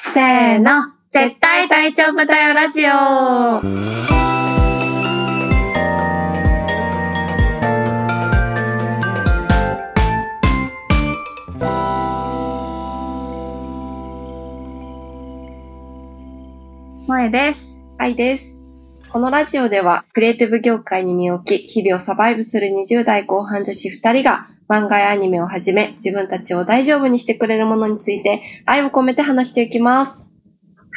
せーの、絶対大丈夫だよラジオ。萌えです。愛です。このラジオでは、クリエイティブ業界に身を置き、日々をサバイブする20代後半女子2人が、漫画やアニメをはじめ、自分たちを大丈夫にしてくれるものについて、愛を込めて話していきます。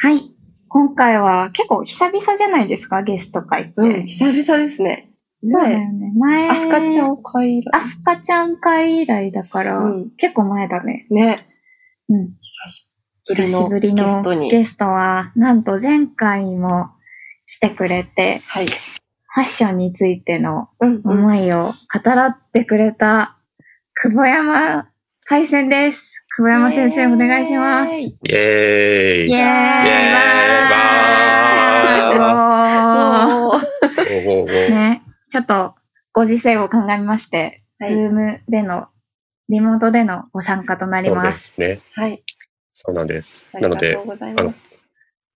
はい。今回は結構久々じゃないですか、ゲスト会って。久々ですね。そうだよね。前。アスカちゃん。を買いらアスカちゃん会以来だから、うん結構前だね。ね。うん。久し久しぶぶりりののゲストに。ゲストは、なんと前回も来てくれて、はい。ファッションについてのうん、うん。思いを語らってくれた、久保山海鮮です。久保山先生、お願いします。イイエーイ ェーイイエーイイエーイわーおーおうおうおうね、ちょっとご時世を考えまして、はいズームでの、リモートでのご参加となりそうま。ですすね。はい。そうなんです。あなりのがでとう、ございます。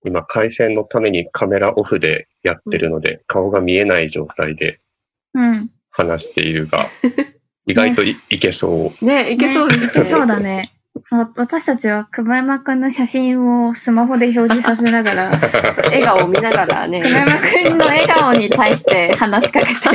今、回線のためにカメラオフでやってるので、顔が見えない状態でうん。話しているが、意外といいけそう。ね、いけそうですね。ねそうだね。わ私たちは久保山くんの写真をスマホで表示させながら、 笑顔を見ながらね。久保山くんの笑顔に対して話しかけてます。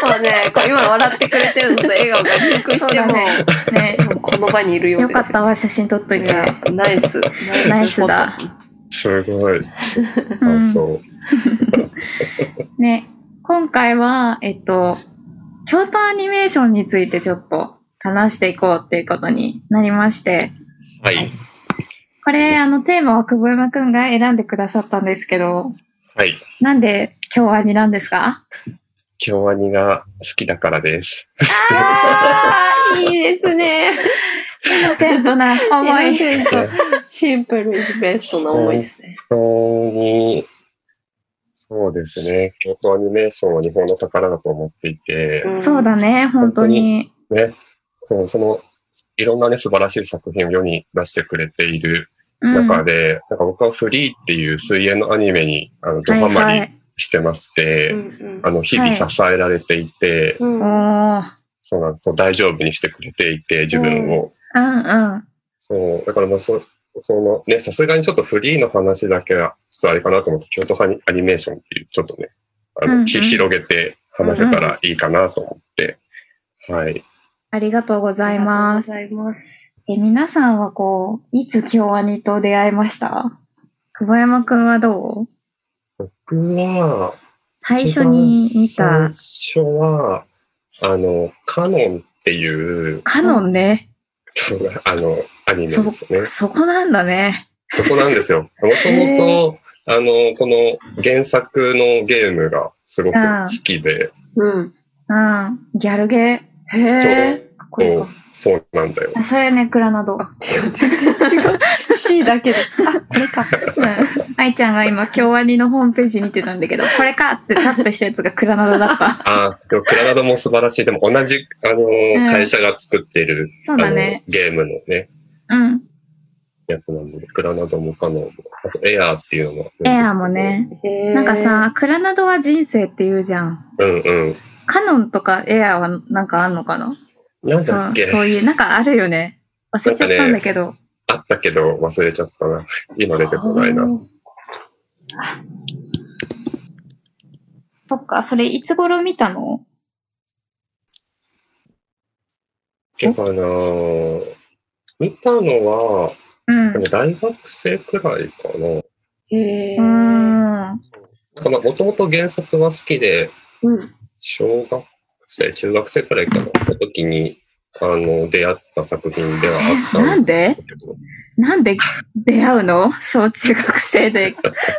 そうね、こう今笑ってくれてるのと笑顔がリンクしても、そうだねね。この場にいるようよですかったわ、写真撮っといて。ねナイス。ナイスだフォト。すごい。う感ん想。ね、今回は、えっと、京都アニメーションについてちょっと話していこうっていうことになりまして、はい。これ、あの、テーマは久保山くんが選んでくださったんですけど、はい。なんで京アニなんですか京アニが好きだからです。あーいいですね。イノセントな 思い。イノセントシンプルイズベストの思いですね。本当に、そうですね。京都アニメーションは日本の宝だと思っていて、んそうだ。ね、本当に。ね、そう、その、いろんなね、素晴らしい作品を世に出してくれているうん、中で、なんか僕はフリーっていう水泳のアニメに、あの、ドハマり。してまして、うんあの、日々支えられていて、うんおうんー。そうなんそう大丈夫にしてくれていて、自分を。うんうん。そう、だからまあ、そそのね、さすがにちょっとフリーの話だけは、ちょっとあれかなと思って、京都アニアニメーションっていう、ちょっとね、あの、うんうんひ広げて話せたらいいかなと思って、はい。ありがとうございありがとますう。ございます。え、皆さんはこう、いつ京アニと出会いました久保山くんはどう僕は、最初に見た、一番最初は、あの、カノンっていう、 カノンね。そうあの、アニメですね。そこなんだね。そこなんですよ。もともと、あの、この原作のゲームがすごく好きで、うん。うん。ギャルゲへえ。ー。これそうそうなんだよ。あ、それね、クラナド。うあ、違う、全然 違う。C だけで。あ、これか。ん。愛ちゃんが今、京アニのホームページ見てたんだけど、これかっつってタップしたやつがクラナドだった。あでもクラナドも素晴らしい。でも同じ、あんの、会社が作っている、そうあだのね。ゲームのね、うん。やつなんで、クラナドもカノンも、あとエアーっていうのも。エアーも。ね。へーなんか、さ、クラナドは人生って言うじゃん。うんうん。カノンとかエアーはなんかあんのかななんそだっうけそういう、なんかあるよね。忘れちゃったんだけど。あったけど忘れちゃったな。今出てこないな。そっか、それいつ頃見たのけかな見たのは、うん。でも大学生くらいかな。へえ。うーん。もともと原作は好きで、うん。小学生、中学生くらいかな、の時に、あの、出会った作品ではあったなんんでだけど、なんで出会うの小中学生で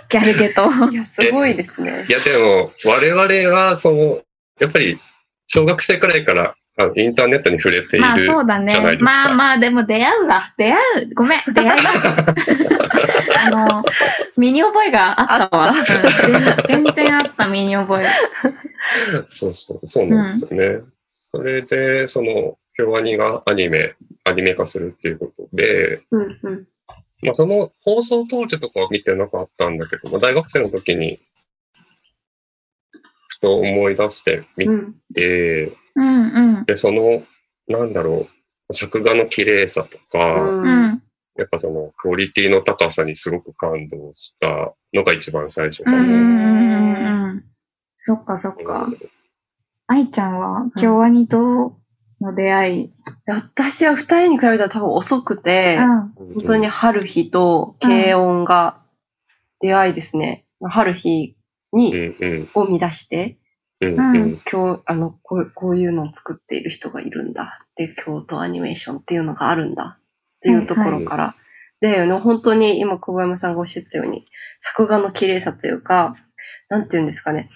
ギャルゲと。 いや、すごいですねい。や、でも、我々は、その、やっぱり、小学生くらいから、あのインターネットに触れている。まあそうだじゃないね。ですかまあまあ、でも出会うわ。出会う。ごめん、出会い ます。あの、身に覚えがあったわ。うん全全然あった身に覚え。そうそう、そうなんですよね。それで、その、京アニがアニメ、アニメ化するっていうことで、うんうん。まあ、その放送当時とかは見てなかったんだけど、まあ、大学生の時に、ふと思い出してみうんて、うんで、その、なんだろう、作画の綺麗さとか、うん。うん。やっぱそのクオリティの高さにすごく感動したのが一番最初うかんな。うんうんうん。そっかそっか。愛ちゃんは、京アニとの出会い。私は二人に比べたら多分遅くて、うん。うん本当に春日と軽音が出会いですね。春日うに、んうんを見出して、うんうんうん今日、あのこう、こういうのを作っている人がいるんだ。で、京都アニメーションっていうのがあるんだ。っていうところから。で、あの本当に今、久保山さんがおっしゃってたように、作画の綺麗さというか、なんていうんですかね。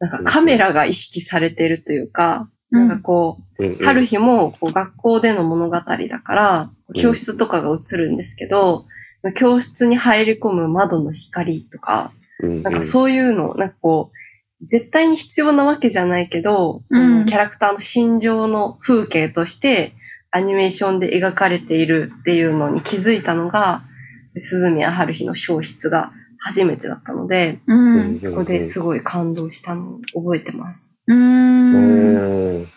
なんかカメラが意識されてるというか、うんなんかこう、うんうん。春日もこう学校での物語だから、うん教室とかが映るんですけど、教室に入り込む窓の光とか、うん、なんかそういうの、なんかこう、絶対に必要なわけじゃないけど、そうんのキャラクターの心情の風景としてアニメーションで描かれているっていうのに気づいたのが、鈴宮春日の小室が初めてだったので、うん。うんそこですごい感動したのを覚えてます。ううーん。ん。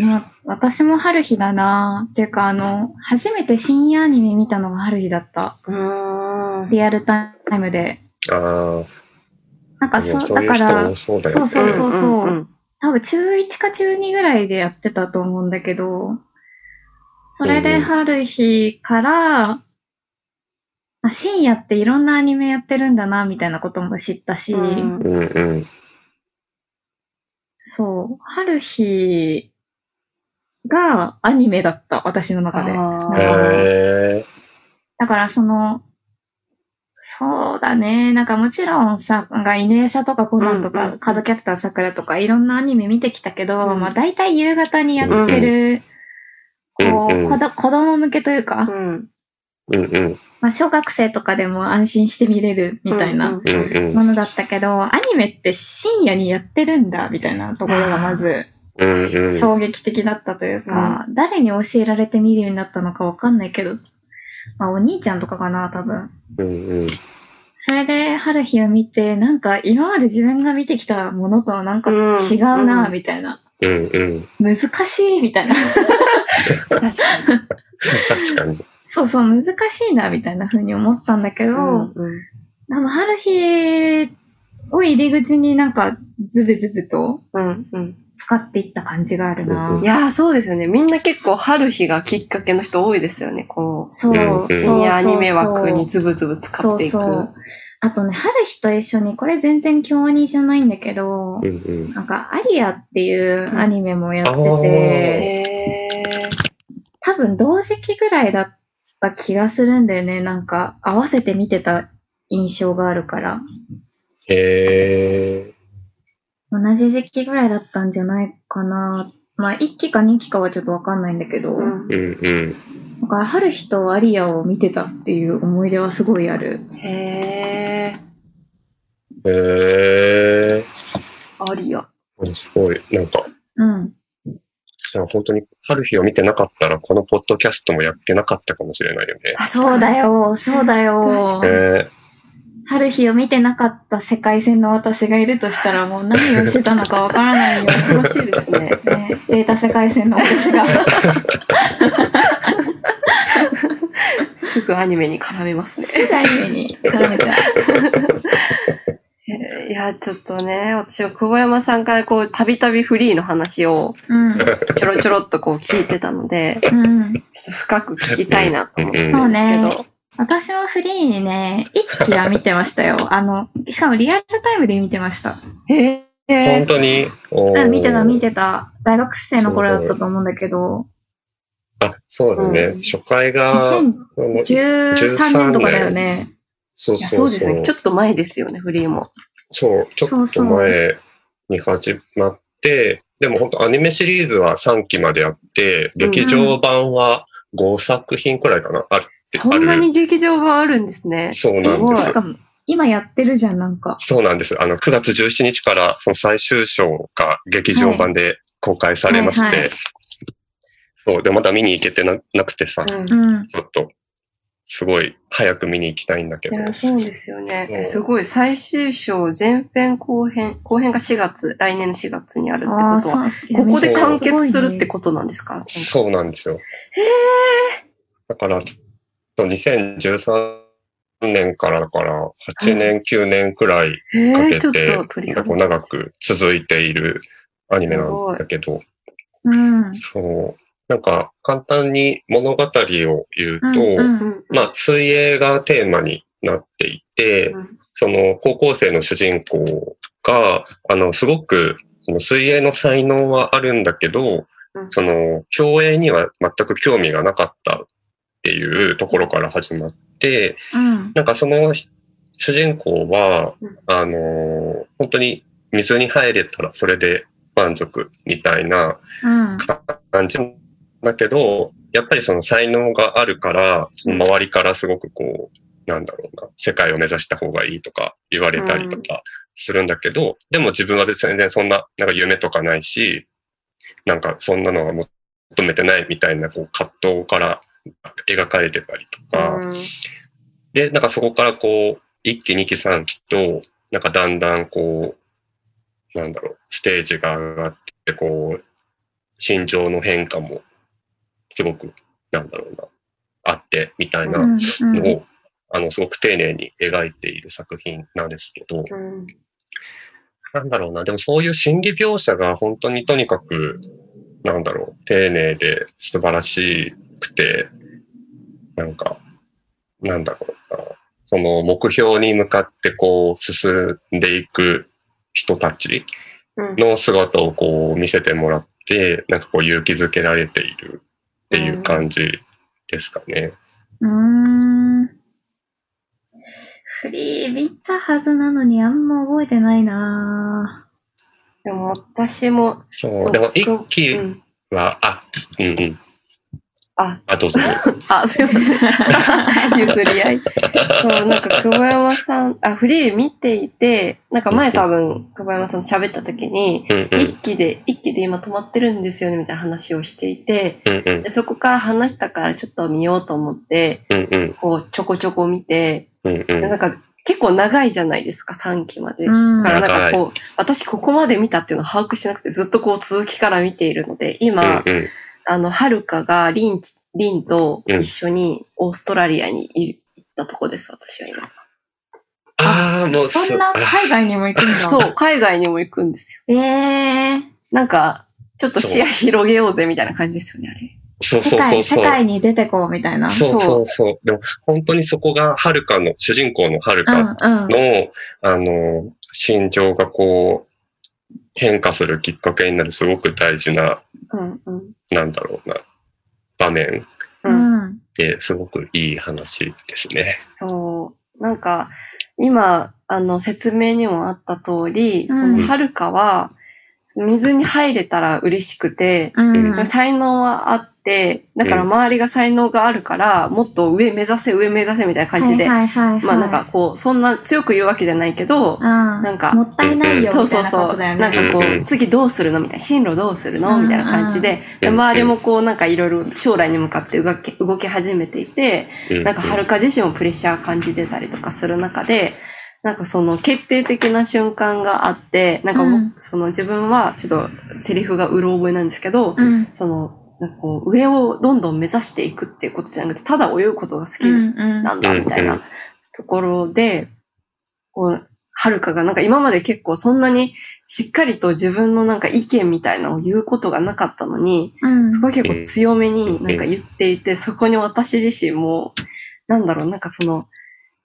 まあ私も春日だなっていうか、あの、初めて深夜アニメ見たのが春日だった。うーん。リアルタイムで。あなんあ、かそう、そうだいうか人らも、そうだよね。そうそうそうんん多分中1か中2ぐらいでやってたと思うんだけど、それうんうでん春日から、あ深夜っていろんなアニメやってるんだな、みたいなことも知ったし、うんうんうん。そう、春日がアニメだった、私の中で。あーだからへえ。だからその、そうだね。なんかもちろんさ、なんか犬夜叉とかコナンとうんうか、んカードキャプター桜とかいろんなアニメ見てきたけど、うんまあ大体夕方にやってる、うんこうんう、子ど子供向けというか、うんうんうんまあ小学生とかでも安心して見れるみたいな。うんうんものだったけど、アニメって深夜にやってるんだみたいなところがまずうんうん。衝撃的だったというか、誰に教えられて見るようになったのかわかんないけど、まあお兄ちゃんとかかな、多分。うんうん。それで、春日を見て、なんか今まで自分が見てきたものとはなんか違ううんな、うんみたいな。うんうん。難しい、みたいな。 確かに。確かに。そうそう、難しいな、みたいな風に思ったんだけど、うんでも春日を入り口になんかズブズブとうんうん使っていった感じがあるな。うんいやー、そうですよね。みんな結構春日がきっかけの人多いですよね。こ、そう、うんうんそうう深夜アニメ枠にそつうぶつぶ使っていく。そうそう。あとね、春日と一緒に、これ全然京にじゃないんだけど、うんうん。なんか、アリアっていうアニメもやってて、うんへ多分同時期ぐらいだった気がするんだよね。なんか合わせて見てた印象があるから。へえ。同じ時期ぐらいだったんじゃないかな。まあ1期か2期かはちょっとわかんないんだけど。ーうんうんうん。だから春日とアリアを見てたっていう思い出はすごいある。へーへえ。ありよ。すごい。なんか、うん。じゃあ本当に春日を見てなかったら、このポッドキャストもやってなかったかもしれないよね。そうだよ。よ、そうだよ確。かえ春日を見てなかった世界線の私がいるとしたらもう何をしてたのかわからない よ。恐ろしいですね。ね、データ世界線の 私が。すぐアニメに絡めますね。世界目に絡めちゃう。いやー、ちょっとね、私は久保山さんからこう、たびたびフリーの話をうん。ちょろちょろっとこう聞いてたので、うん。ちょっと深く聞きたいなと思ってそたうんですけど。ね。私はフリーにね、一期は見てました よ。あの、しかもリアルタイムで見てました。へええ本。当に、おーうん、見てた見てた。大学生の頃だったと思うんだけど、あ、そうだね。うん初回が、 2013その年とかだよね。そういや、そそううですね。ちょっと前ですよね、フリーも。そう、ちょそうっそとう前に始まって、でも本当アニメシリーズは3期までやって、ん劇場版は5作品くらいかな。ある。そんなに劇場版あるんですね。そうなんですすごい。しかも、今やってるじゃん、なんか。そうなんです。あの、9月17日からその最終章が劇場版で公開されまして、はいはいそう、で、まだ見に行けてななくてさ、ちうん。いうん。ょっと、すごい早く見に行きたいんだけど。や、そうですよね。そうえすごい。最終章、前編後編、後編が4月、来年の4月にあるってことああ、そうは、。こここで完結するってことなんですかそうなんですよ。だから、ちょっと2013年からだから、8年、9年くらいええかけー、ちょっとて、鳥なんかこう長く続いているアニメなんだけど、うん。そう。なんか、簡単に物語を言うと、うんうん。まあ、水泳がテーマになっていて、うんその高校生の主人公が、あの、すごく、その水泳の才能はあるんだけど、うんその、競泳には全く興味がなかったっていうところから始まって、うん。なんかそのひ主人公はうん、あのー本当に水に入れたらそれで満足みたいなうん。感じだけど、やっぱりその才能があるから、その周りからすごくこう、なんだろうな、世界を目指した方がいいとか言われたりとかするんだけど、でも自分は別に全然そんな、なんか夢とかないし、なんかそんなのは求めてないみたいなこう葛藤から描かれてたりとか、うんで、なんかそこからこう、1期、2期、3期と、なんかだんだんこう、なんだろう、ステージが上がって、こう、心情の変化も、すごく、なんだろうな、あって、みたいなのを、あの、すごく丁寧に描いている作品なんですけど、うんなんだろうな、でもそういう心理描写が本当にとにかく、なんだろう、丁寧で素晴らしくて、なんか、なんだろうな、その目標に向かってこう進んでいく人たちうんの姿をこう見せてもらって、なんかこう勇気づけられているっていう感じですかね。うん。うん。フリー見たはずなのにあんま覚えてないなでも私も、そう、でも一期うんは、あ、うんうん、あ、あ、どうぞどうぞ。あ、すいません。 譲り合い。そう、なんか久保山さん、あ、フリー見ていて、なんか前多分久保山さんと喋った時に、うんうん一、期で、一期で今止まってるんですよねみたいな話をしていて、うんうんでそこから話したからちょっと見ようと思って、うんうんこうちょこちょこ見て、うんうんでなんか結構長いじゃないですか、3期まで。うだん。からなんかこう、私ここまで見たっていうのを把握してなくて、ずっとこう続きから見ているので、今、うんうんあの、はるかがリン、リンと一緒にオーストラリアにい行ったとこです、私は今。ああ、もうすそんなあ海外にも行くんだ。そう、海外にも行くんですええよ。なんか、ちょっと視野広げようぜみたいな感じですよね、あれ。そう世そうそ界、うそ世う。界に出てこうみたいな。そうそうそう。でも、本当にそこが、はるかの、主人公のはるうんかうん。の、あの、心情がこう、変化するきっかけになる、すごく大事な、うんうん。なんだろうな、場面うん、うん。で、すごくいい話ですね。そう。なんか、今、あの、説明にもあった通り、その、うんはるかは、水に入れたら嬉しくて、うん。才能はあって、だからうん周りが才能があるから、もっと上目指せ、上目指せみたいな感じで、はいはいはいはいまあなんか、こう、そんな強く言うわけじゃないけど、ななんかもったいないよみたそうそいうなそことう。だなよんね。かこうんうう、ん次どうするのみたいな、進路どうするのみたいな感じで、でうんうん周りもこう、なんかいろいろ将来に向かって動き動き始めていて、うんなんかはるか自身もプレッシャー感じてたりとかする中で、なんかその決定的な瞬間があって、なんかもううんその自分はちょっとセリフがうろ覚えなんですけど、うん。その、なんかこう上をどんどん目指していくっていうことじゃなくて、ただ泳ぐことが好きうんうんなんだみたいうんなところで、こう、はるかがなんか今まで結構そんなにしっかりと自分のなんか意見みたいなのを言うことがなかったのに、うんそこは結構強めになんか言っていて、そこに私自身も、なんだろう、なんかその、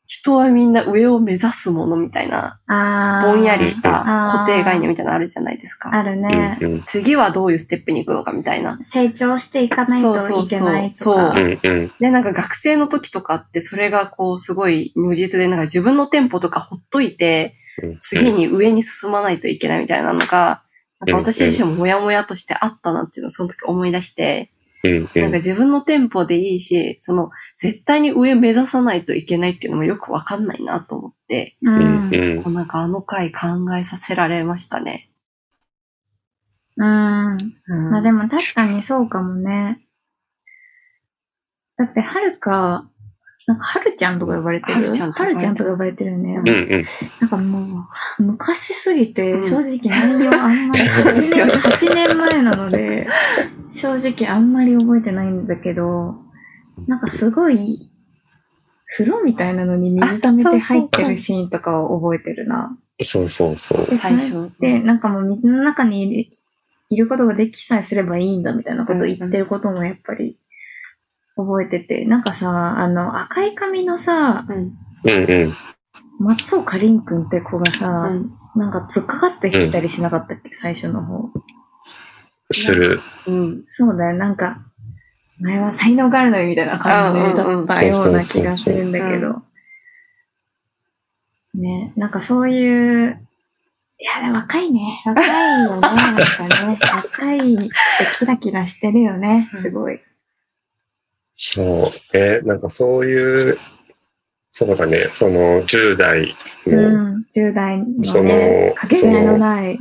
人はみんな上を目指すものみたいな、あーぼんやりしたあー固定概念みたいなのあるじゃないですあか。るうんね。うん次はどういうステップに行くのかみたいな。成長していかないといけないとそうそうかう。んうんで、なんか学生の時とかって、それがこう、すごい如実で、なんか自分のテンポとかほっといて、うん。次に上に進まないといけないみたいなのが、なんか私自身もモヤモヤとしてあったなっていうのをその時思い出して、うんうんなんか自分のテンポでいいし、その、絶対に上目指さないといけないっていうのもよくわかんないなと思って、ううんん。うんこうなんかあの回考えさせられましたね。ううん。んまあでも確かにそうかもね。だって、はるか、なんか、はるちゃんとか呼ばれてる。はるちゃんとかはるちゃんとか呼ばれてるよね。うんうん。なんかもう、昔すぎうて、ん正直何にもあんま り、そうですよね8年前なので、正直あんまり覚えてないんだけど、なんかすごい、風呂みたいなのに水溜めあそうそうてそう入ってるシーンとかを覚えてるな。そうそうそう。で最初それって、なんかもう水の中にいるいることができさえすればいいんだみたいなことを言ってることもやっぱり覚えてて、なんかさ、あの、赤い髪のさ、うん。うんうん。松岡凛くんって子がさ、うん。なんか突っかかってきたりしなかったっけ、最初の方。する。うん。そうだよ、なんか、前は才能があるのにみたいな感じだったような気がするんだけど。ね、なんかそういう、いや、若いね。若いよね。なんかね、若いってキラキラしてるよねう。んすごい。そう。えーなんかそういう、そうだね、その10代の、うん。10代のそねの、かけがえのない。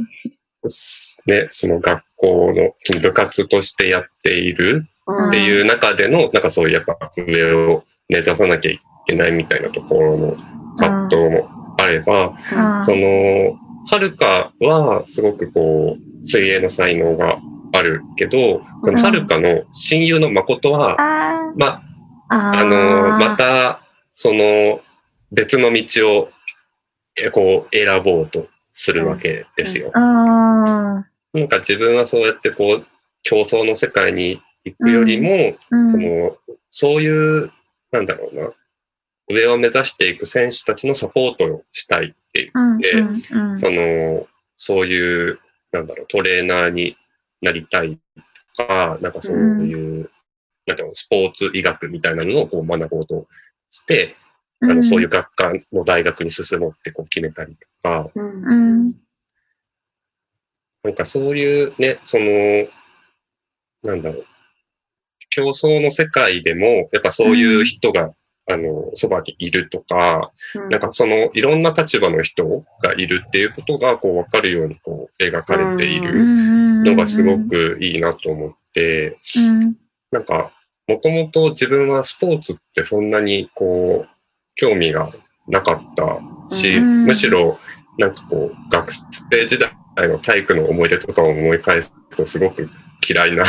ね、その学校のその部活としてやっているうんっていう中での、なんかそういうやっぱ上を目指さなきゃいけないみたいなところの葛藤もあれば、うんその、はるかはすごくこう、水泳の才能があるけど、そのはるかの親友の誠は、あーまあ、あー。あのまた、その、別の道を、えこう、選ぼうとするわけですよ。あなんか自分はそうやって、こう、競争の世界に行くよりも、ーうんその、そういう、なんだろうな、上を目指していく選手たちのサポートをしたいっていう、うんでうんうんその、そういう、なんだろう、トレーナーになりたいとか、なんかそういう、なんていうの、スポーツ医学みたいなのをこう学ぼうとして、あのそういう学科の大学に進もうってこう決めたりとか、うんう。ん。なんかそういうね、その、なんだろう、競争の世界でも、やっぱそういう人が、あの、そばにいるとか、なんかその、いろんな立場の人がいるっていうことが、こう、わかるように、こう、描かれていうんうるんうんのがすごくいいなと思って、うんなんか、もともと自分はスポーツってそんなにこう、興味がなかったし、うんむしろ、なんかこう、学生時代の体育の思い出とかを思い返すとすごく嫌いな、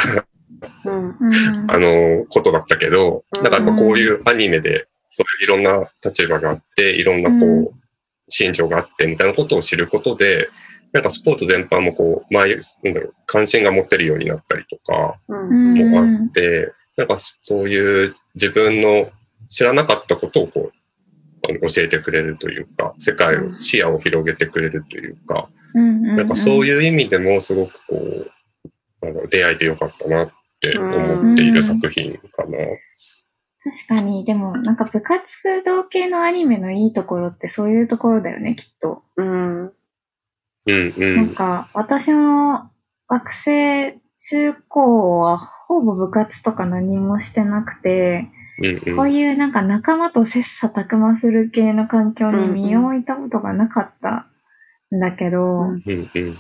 うん。うんあの、ことだったけど、うんなんかやっぱこういうアニメで、そういういろんな立場があって、いろんなうんこう、心情があってみたいなことを知ることで、なんかスポーツ全般もこう、前、なんだろう、関心が持ってるようになったりとか、う。うんんもあって、なんかそういう自分の知らなかったことをこう、あの教えてくれるというか、世界うを、ん視野を広げてくれるというか、うんうんなんかそうういう意味でもすごくこう、あの出会えてよかったなって思っている作品かな。確かにでもなんか部活動系のアニメのいいところってそういうところだよねきっと、うん。うんうなんん。か私も学生中高はほぼ部活とか何もしてなくて、うんうん。こういうなんか仲間と切磋琢磨する系の環境に身を置いたことがなかったんだけど、うんうんうん。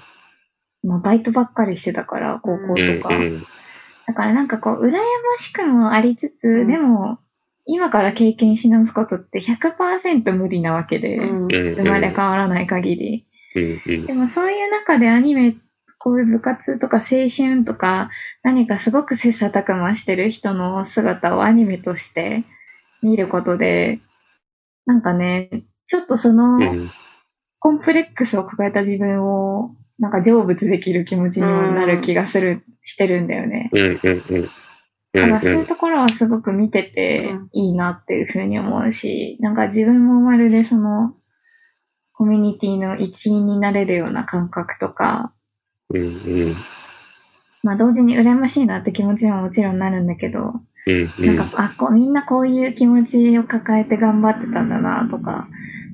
まあバイトばっかりしてたから高校うんとか、うん。だからなんかこう、羨ましくもありつつ、うんでも、今から経験し直すことって100%無理なわけで、うんうんうん。生まれ変わらない限り。うんうん。でもそういう中でアニメ、こういう部活とか青春とか、何かすごく切磋琢磨してる人の姿をアニメとして見ることで、なんかね、ちょっとその、うんコンプレックスを抱えた自分を、なんか成仏できる気持ちにもなる気がする、してるんだよね。うんうんうん。うだかんうらそういうところはすごく見ててうんいいなっていうふうに思うし、なんか自分もまるでそのコミュニティの一員になれるような感覚とか、んうん。まあ同時に羨ましいなって気持ちにももちろんなるんだけど、うんうなんか、んあ、こう、みんなこういう気持ちを抱えて頑張ってたんだなとか、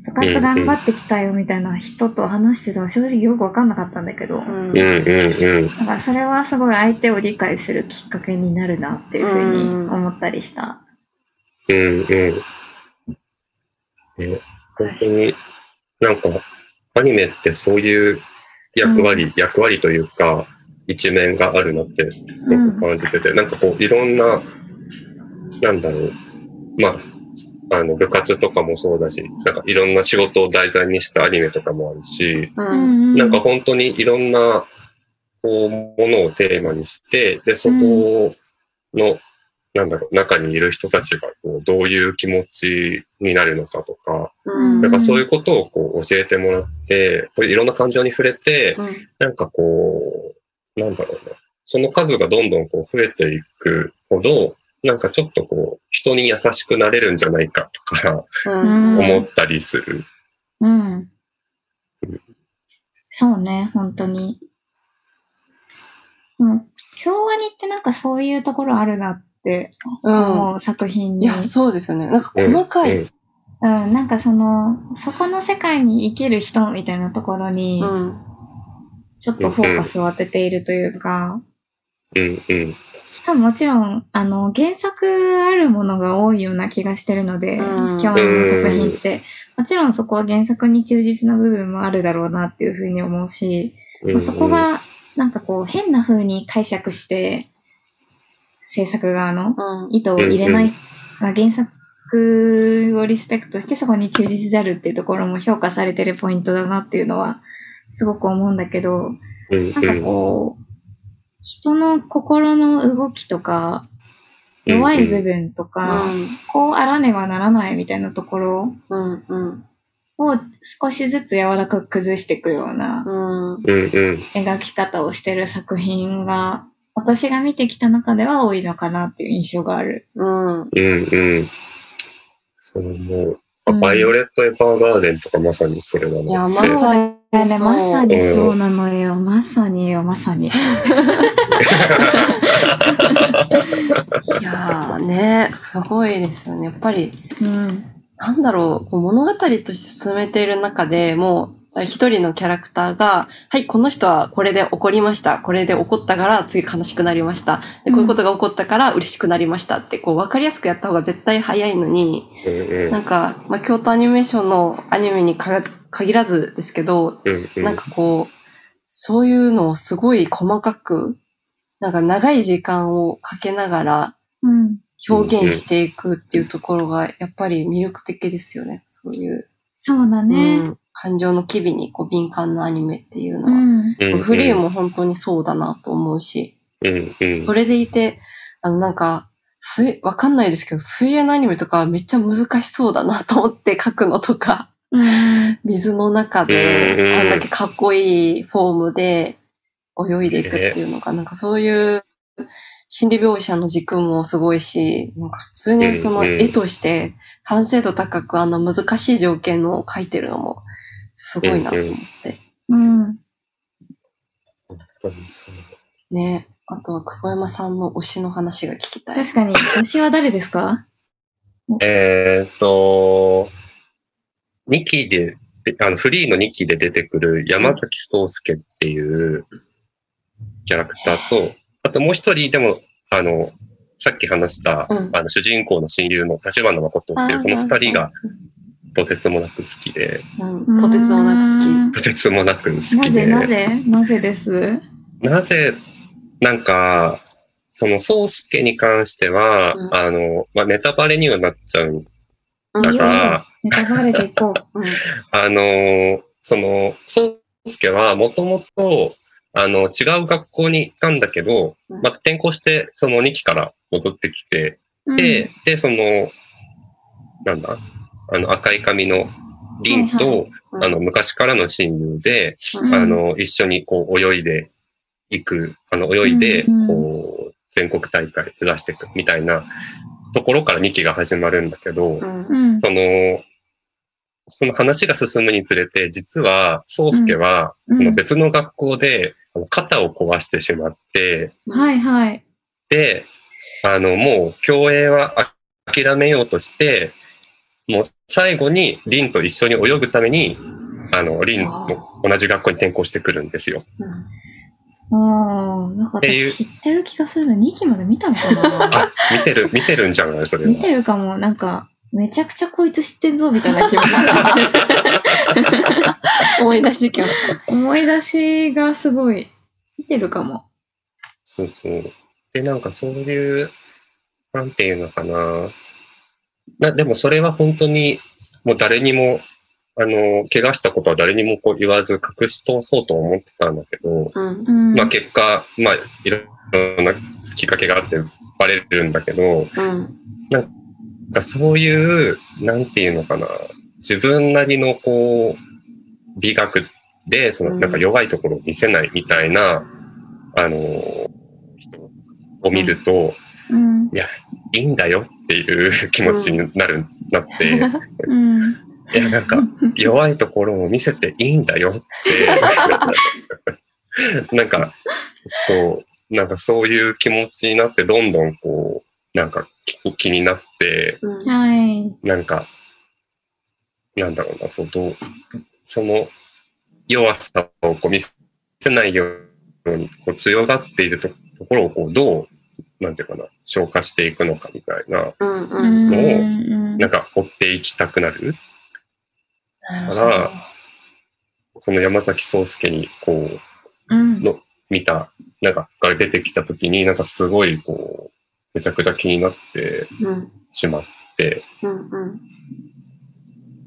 部活頑張ってきたよみたいな人と話してても正直よくわかんなかったんだけど、うん。うんうんうん。だからそれはすごい相手を理解するきっかけになるなっていうふうに思ったりした。うんうん。ね、本当に、なんか、アニメってそういう役割、役割というか、一面があるなってすごく感じてて、なんかこう、いろんななんだろう。まあ、あの、部活とかもそうだし、なんかいろんな仕事を題材にしたアニメとかもあるし、う。うんんなんか本当にいろんな、こう、ものをテーマにして、で、そこの、なんだろう、中にいる人たちが、こう、どういう気持ちになるのかとか、うん。なんかそういうことをこう、教えてもらって、こういろんな感情に触れて、なんかこう、なんだろうな。その数がどんどんこう増えていくほど、なんかちょっとこう、人に優しくなれるんじゃないかとかうん。うん思ったりする。うん。そうね、本当に。うん。京アニってなんかそういうところあるなってうん。思う作品いに。や、そうですよね。なんか細かい。うんうん、なんかその、そこの世界に生きる人みたいなところにう、ん。ちょっとフォーカスを当てているというか、うん、うん、多分もちろん、あの、原作あるものが多いような気がしてるので、うん京アニの作品って。もちろんそこは原作に忠実な部分もあるだろうなっていうふうに思うし、うん。まあそこが、なんかこう、変な風に解釈して、制作側のうん。意図を入れなうい、まあ原作をリスペクトして、そこに忠実であるっていうところも評価されてるポイントだなっていうのは、すごく思うんだけど、うん、なんかこう、人の心の動きとか、うん弱い部分とうか、ん。こうあらねばならないみたいなところうん。うん。を少しずつ柔らかく崩していくようなうん。うん、うん、描き方をしてる作品が、私が見てきた中では多いのかなっていう印象がある。うん。うん、うん。そう思う。あうんバイオレット・エヴァーガーデンとかまさにそれだな。いや、まそれさに。だね、まさにうんそうなのよ。まさによ、まさに。いやーね、すごいですよね。やっぱり、うん。なんだろう、こう物語として進めている中でもう、一人のキャラクターが、はい、この人はこれで怒りました。これで怒ったから次悲しくなりました。で、うんこういうことが起こったから嬉しくなりましたって、こう分かりやすくやった方が絶対早いのに、うん、うんなんか、まあ、京都アニメーションのアニメにか限らずですけど、うん、うん。なんかこう、そういうのをすごい細かく、なんか長い時間をかけながら、うん。表現していくっていうところが、やっぱり魅力的ですよね。そういう、そうだうね。ん感情の機微にこう敏感なアニメっていうのうは、ん。うん、うんフリー。も本当にそうだなと思うし、うん、うん。それでいて、あのなんか、水、わかんないですけど、水泳のアニメとかめっちゃ難しそうだなと思って書くのとか、うん。水の中うんうんで、あんだけかっこいいフォームで泳いでいくっていうのが、なんかそういう心理描写の軸もすごいし、なんか普通にそのうんうん絵として完成度高くあの難しい条件のを描いてるのもすごいなと思って。うん。本当にそうね。あとは久保山さんの推しの話が聞きたい。確かに、推しは誰ですかえーっと、2期で、であのフリーの2期で出てくる山崎宗介っていうキャラクターと、あともう一人、でも、あの、さっき話した、うんあの主人公の親友の立花誠っていあーう、その二人がとてつもなく好きで、うん。 とてつもなく好き。とてつもなく好きで。なぜ、なぜ、なぜです。なぜ、なんか、その宗介に関しては、うんあの、まあ、ネタバレにはなっちゃうんうんだから、ネタバレていこう。うんあのーその、宗介はもともと、あの、違う学校にいたんだけど、うんまた転校して、その2期から戻ってきて、うんで、で、その、なんだあの、赤い髪の凛はいはと、うんあの、昔からの親友で、うんあの、一緒にこう、泳いでいく、あの、泳いでうんうん、こう、全国大会目指していくみたいなところから2期が始まるんだけど、うんうん。その、その話が進むにつれて、実は、宗介は、うんその別の学校で、あの肩を壊してしまって、はいはい。で、あの、もう、競泳はあ諦めようとして、もう、最後に、凛と一緒に泳ぐために、あの、凛も同じ学校に転校してくるんですよ。ああ、なんかっていう私知ってる気がするの。2期まで見たのかなあ、見てる、見てるんじゃないそれ見は。てるかも。なんか、めちゃくちゃこいつ知ってんぞ、みたいな気 持ち。思い出してきました。思い出しがすごい。見てるかも。そうそう。で、なんかそういう、なんていうのかな。な、でもそれは本当に、もう誰にも、あの、怪我したことは誰にもこう言わず隠し通そうと思ってたんだけど、うん。うんまあ結果、まあいろんなきっかけがあってバレるんだけうん。ど、なんかそういう、なんていうのかな、自分なりのこう、美学で、そのなんか弱いところを見せないみたいな、あのー、人を見ると、うんいいんだよっていう気持ちになる、な って、うんいや、なんか、弱いところも見せていいんだよって、 なんか、そう、なんかそういう気持ちになって、どんどんこう、なんか気気になって、うんはい。なんか、なんだろうな、そう、どう、その弱さをこう見せないように、こう強がっているとところをこう、どう、なんていうかな、消化していくのかみたいな、うん。ううん。んもううんなんか追っていきたくなる、なるほどその山崎宗介にこう、うんの見た、なんか、が出てきた時に、なんかすごいこう、めちゃくちゃ気になってうん。しまって、うん。うん。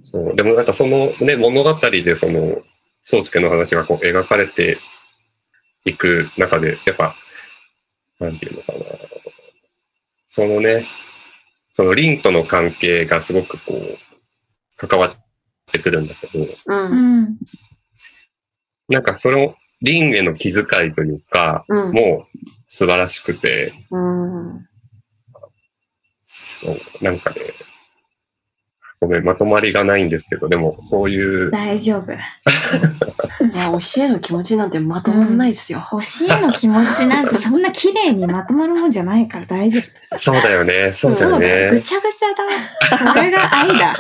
そう。でもなんかそのね、物語でその、宗介の話がこう描かれていく中で、やっぱ、なんていうのかな。そのね、その凛との関係がすごくこう、関わってくるんだけど、うん。うんなんかその凛への気遣いというか、うん。もう素晴らしくて、うん。そう、なんかね、ごめん、まとまりがないんですけど、でもそういう、大丈夫。いや、教えの気持ちなんてまとまんないですよ。星への気持ちなんてそんな綺麗にまとまるもんじゃないから大丈夫。そうだよね、そうだそようだねよ。ぐ。ちゃぐちゃだ。それが愛 だ。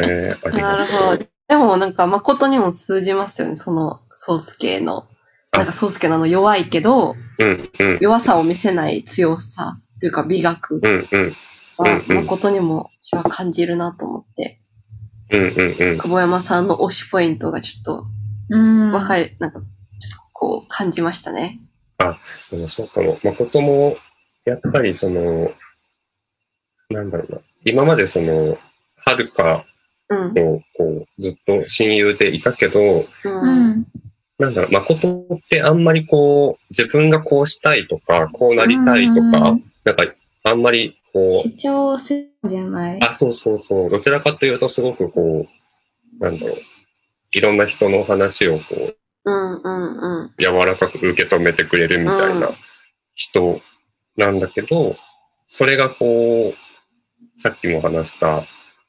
えー、ありながるとうほど。でもなんか誠にも通じますよね、その、ソース系の。なんかソース系のあの弱いけど、うんうん弱さを見せない強さというか美学うんうんはうんうん誠にも私は感じるなと思って、うんうんうん久保山さんの推しポイントがちょっとうん。わかる、なんか、ちょっとこう感じましたね。でもそうかも誠もやっぱりそのなんだろうな今までそのはるかうん。とこうずっと親友でいたけどううん。ん。なんだろう誠ってあんまりこう自分がこうしたいとかこうなりたいとか、うんなんかあんまりこう主張するんじゃない。あ、そうそうそう。どちらかというと、すごくこう、なんだろう。いろんな人の話をこう、うん。うん。柔らかく受け止めてくれるみたいなうん人なんだけど、それがこう、さっきも話した、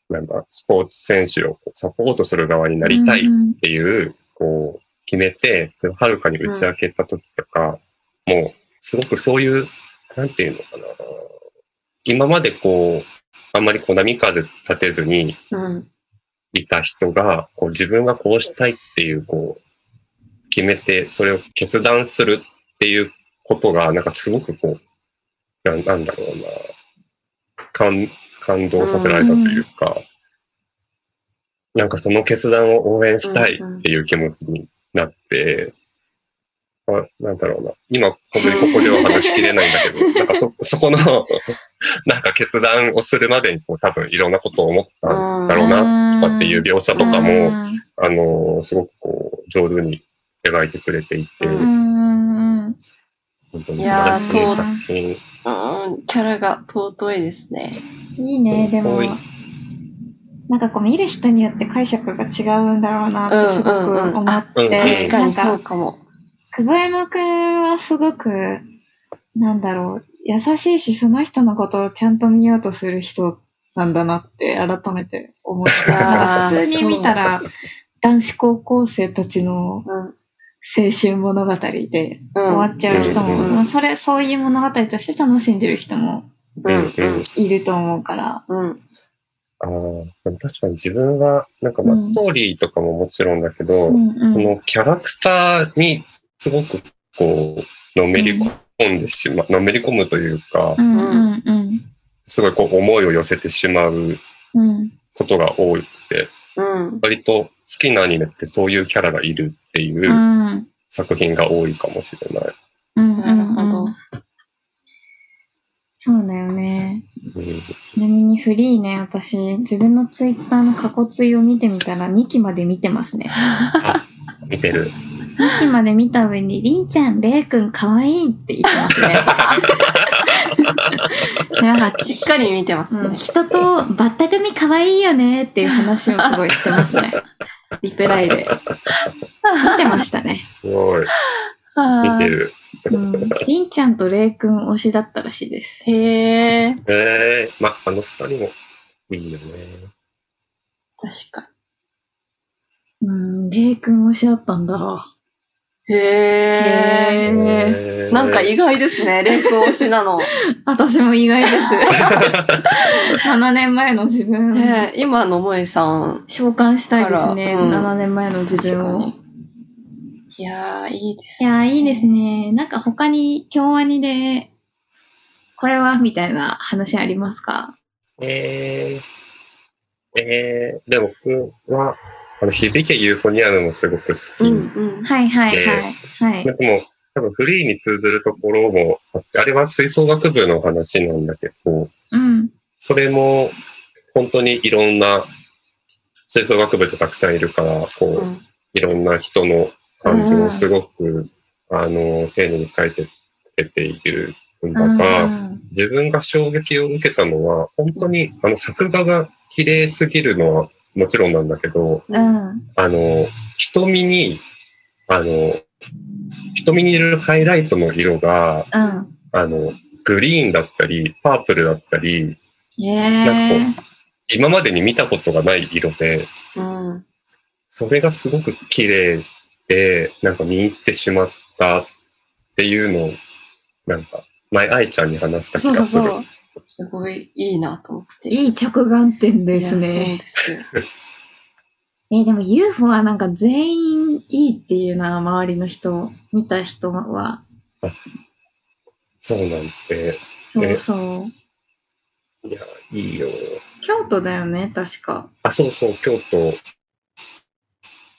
なんだ、スポーツ選手をこうサポートする側になりたいっうんていう、こう、決めて、それをはるかに打ち明けた時とか、もう、すごくそういう、なんていうのかな。今までこう、あんまりこう波風立てずに、うん。いた人が、こう自分がこうしたいっていう、こう、決めて、それを決断するっていうことが、なんかすごくこう、ななんだろうな、感、感動させられたというか、なんかその決断を応援したいっていう気持ちになって、あなんだろうな、今、本当にここでは話しきれないんだけど、なんかそ、そこの、 なんか決断をするまでに、こう多分いろんなことを思ったんだろうな、とかっていう描写とかも、あのすごくこう、上手に描いてくれていて、ううん。うん。本当に素晴らしいいやー作品。うん。キャラが尊いですね。いいね、でも遠い。なんかこう見る人によって解釈が違うんだろうなってすごうんうんうんく思っあて。うん確かになんそうかも。久保山くんはすごく、なんだろう、優しいし、その人のことをちゃんと見ようとする人なんだなって改めて思った。なあーんか普通に見たら、男子高校生たちのうん。青春物語でうん。終わっちゃう人も、うんうんまあそれ、そういう物語として楽しんでる人もうんうん。いると思うから。うん。あーでも確かに自分は、なんかまあうんストーリーとかももちろんだけど、うんこうん。のキャラクターにすごくこう、のめり込んでしまう、のめり込むというかう、んうんうん。すごいこう思いを寄せてしまううん。。ことが多くて、うん。割と好きなアニメってそういうキャラがいるっていううん作品が多いかもしれない。うんなるほどうんうんそうだよね。うんちなみにフリーね、私、自分のツイッターの過去追を見てみたら2期まで見てますね。見てる。 2期まで見た上に、りんちゃん、れいくんかわいいって言ってますね。なんか、しっかり見てます うんね。人とバッタ組かわいいよねっていう話をすごいしてますね。リプライで。見てましたね。すごい。見あてーる。うん。りんちゃんとれいくん推しだったらしいです。へえ、ええまあ、あの二人もいいよね。確かうん、れいくん推しだったんだ。に。へえ。えなんか意外ですね。レイク推しなの。私も意外です。7年前の自分。ねえ今の萌えさん。召喚したいですね。あらうん7年前の自分を。確かに。いやー、いいですいね。やー、いいですね。なんか他に、京アニで、これはみたいな話ありますかええええで、僕は、あの、響けユーフォニアムもすごく好き。うんうん。はいはいはい。はいで。も、多分フリーに通ずるところもあって、あれは吹奏楽部の話なんだけど、うん。それも本当にいろんな吹奏楽部ってたくさんいるから、こう、うんいろんな人の感情をすごく、あの、丁寧に書いて出ているんだが、うん自分が衝撃を受けたのは、本当に、あの、作画が綺麗すぎるのはもちろんなんだけど、うん。あの、瞳に、あの、瞳にいるハイライトの色が、うん。あの、グリーンだったり、パープルだったり、えー。今までに見たことがない色で、うん。それがすごく綺麗で、なんか見入ってしまったっていうのを、なんか、前愛ちゃんに話した気そうがする。そう。すごいいいなと思って。いい着眼点いでやすね。そうです。えーでも UFO はなんか全員いいっていうな、周りの人、見た人は。そうなんで、そうそう。いや、いいよ。京都だよね、確か。あ、そうそう、京都、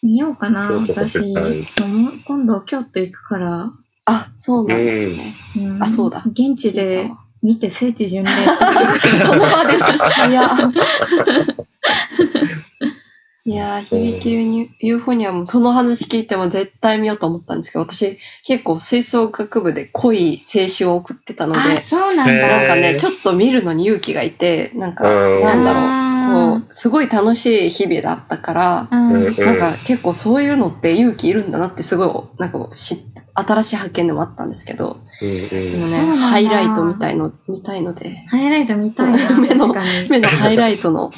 見ようかな、京都が私。絶対そうもう今度京都行くから。あ、そうなんですね。うんあそうだ現地で見て聖地巡礼してく るその場で。い や。いやー、響きユニユーフォニアも、その話聞いても絶対見ようと思ったんですけど、私、結構吹奏楽部で濃い青春を送ってたのあ、で、そうなんだ。へーなんかね、ちょっと見るのに勇気がいて、なんか、うんなんだろう。ろこう、すごい楽しい日々だったから、う。うんん。うんなんか結構そういうのって勇気いるんだなってすごい、なんか知っ新しい発見でもあったんですけど、うんでうもん、ね、そうなんだハイライトみたいの、見たいので、ハイライト見たいな、 目の確かに。目のハイライトの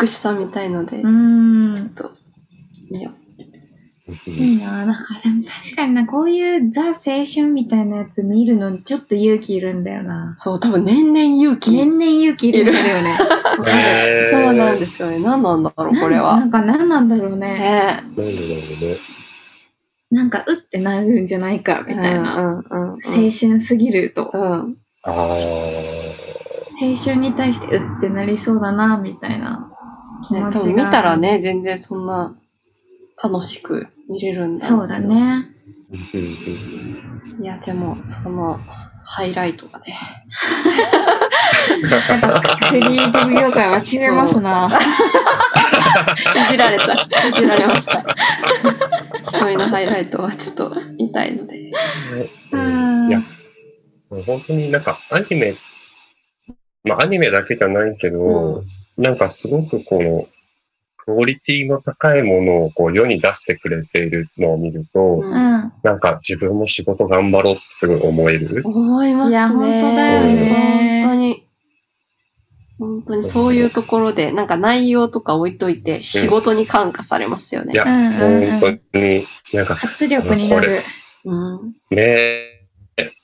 美しさみたいので、うちん。ょっと、見よいいななんかでも確かにな、こういうザ青春みたいなやつ見るのにちょっと勇気いるんだよな。そう、多分年々勇気。年々勇気いるんだよね。わかるへーそうなんですよね。何なんだ ろう、これなは。んか何なんだろうね。ねなんでだろうね。なんか、うってなるんじゃないか、え。みたいな。うんうんうん青春すぎると、うん。うん。ああ。青春に対してうってなりそうだな、みたいな気ね持ちが。多分見たらね、全然そんな楽しく見れるんだろそうだ。ね。うんうんいや、でも、その、ハイライトが ね。やっぱ、クリエイティブ業界は縮めますな。いじられた。いじられました。 瞳のハイライトはちょっと見たいので。うんいや、もう本当になんかアニメ、まあアニメだけじゃないけど、なんかすごくこの、クオリティの高いものをこう世に出してくれているのを見ると、ううんん。なんか自分も仕事頑張ろうってすごい思える。思いますね。いや本当だよね本当に。本当にそういうところで、なんか内容とか置いといて、仕事に感化されますよいねや。うんうんうん本。当に、なんか活力になる。うん。ねえ、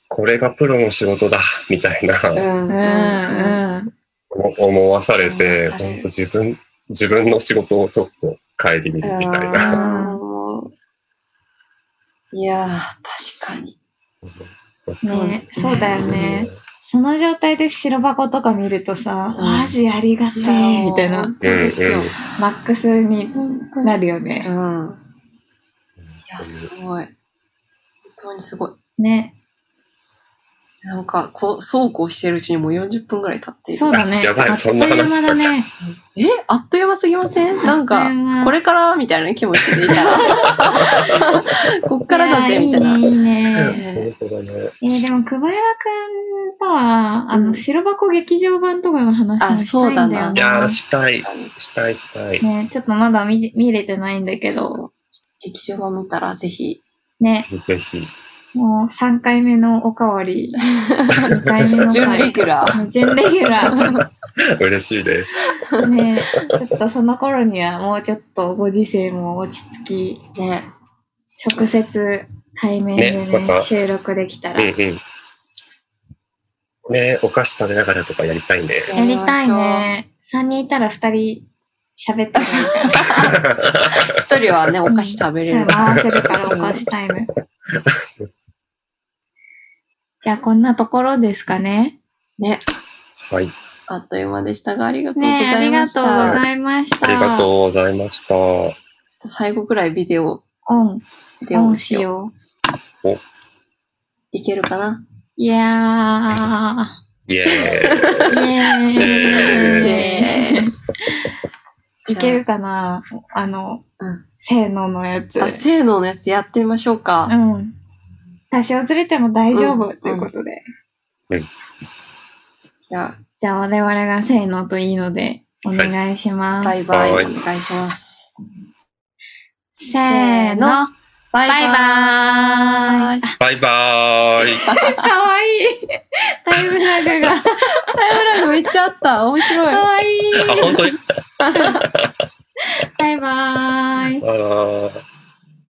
これがプロの仕事だ、みたいな、うん。うんうんうん。思思わされて、思わされる本当自分、自分の仕事をちょっと帰り見るみたいな。あーもういやー、確かに。そうね、そうだよね。その状態で白箱とか見るとさ、うんマジありがたいみたいな本、当ですよ。マックスに本当になるよね。うん。いや、すごい。本当にすごい。ね。なんか、こう、そうこうしてるうちにもう40分ぐらい経っている。そうだね。やばいあっとそいんうな話間だね。えあっという間すぎませんなんあっという間か、これからみたいな気持ちでいたら、 こっからだぜみたいやな。いいね、いいね。え本当だね。えーでも、久保山くんとは、あうの、ん白箱劇場版とかの話もしたいんだよあそうだな。いやー、したい確。かにしたい、したい。ね、ちょっとまだ見見れてないんだけちょっど、と劇場版見たらぜひ。ね、ぜひ。もう3回目のおか わり、2回目の準レ回ギュラー。準レギュラー。嬉しいです。ね、ちょっとその頃にはもうちょっとご時世も落ち着き、ね。直接対面でね、ねまた収録できたうら。んうん。ねお菓子食べながらとかやりたいね。やりたやりまいしね。3人いたら2人喋ってもいいから。ょう。一人はね、お菓子食べれる。そう、回せるからお菓子タイ ム。じゃあ、こんなところですかね。ね。はい。あっという間でしたが、ありがとうごねえ、あざいりがましとうた。ございました。ありがとうございました。ちょっと最後くらいビデオ、オン、ビデオオンししよう。よう。いけるかないやー。イエ ーイ。イエ ーイ。いけるかなあの、うん性能のやつ。あ、性能のやつやってみましょううか。ん。多少ずれても大丈う夫んということで。じゃじゃあ、我々が性能といいので、お願いしあ、ます。バイバイおはい願いします。せーの、バイバイバーイバ。イ。バイバーイ。かわいい。タイムラタイグが。ムラグめっちゃあった。面か白い。わいい。あ、本当にバイバーイ。あー。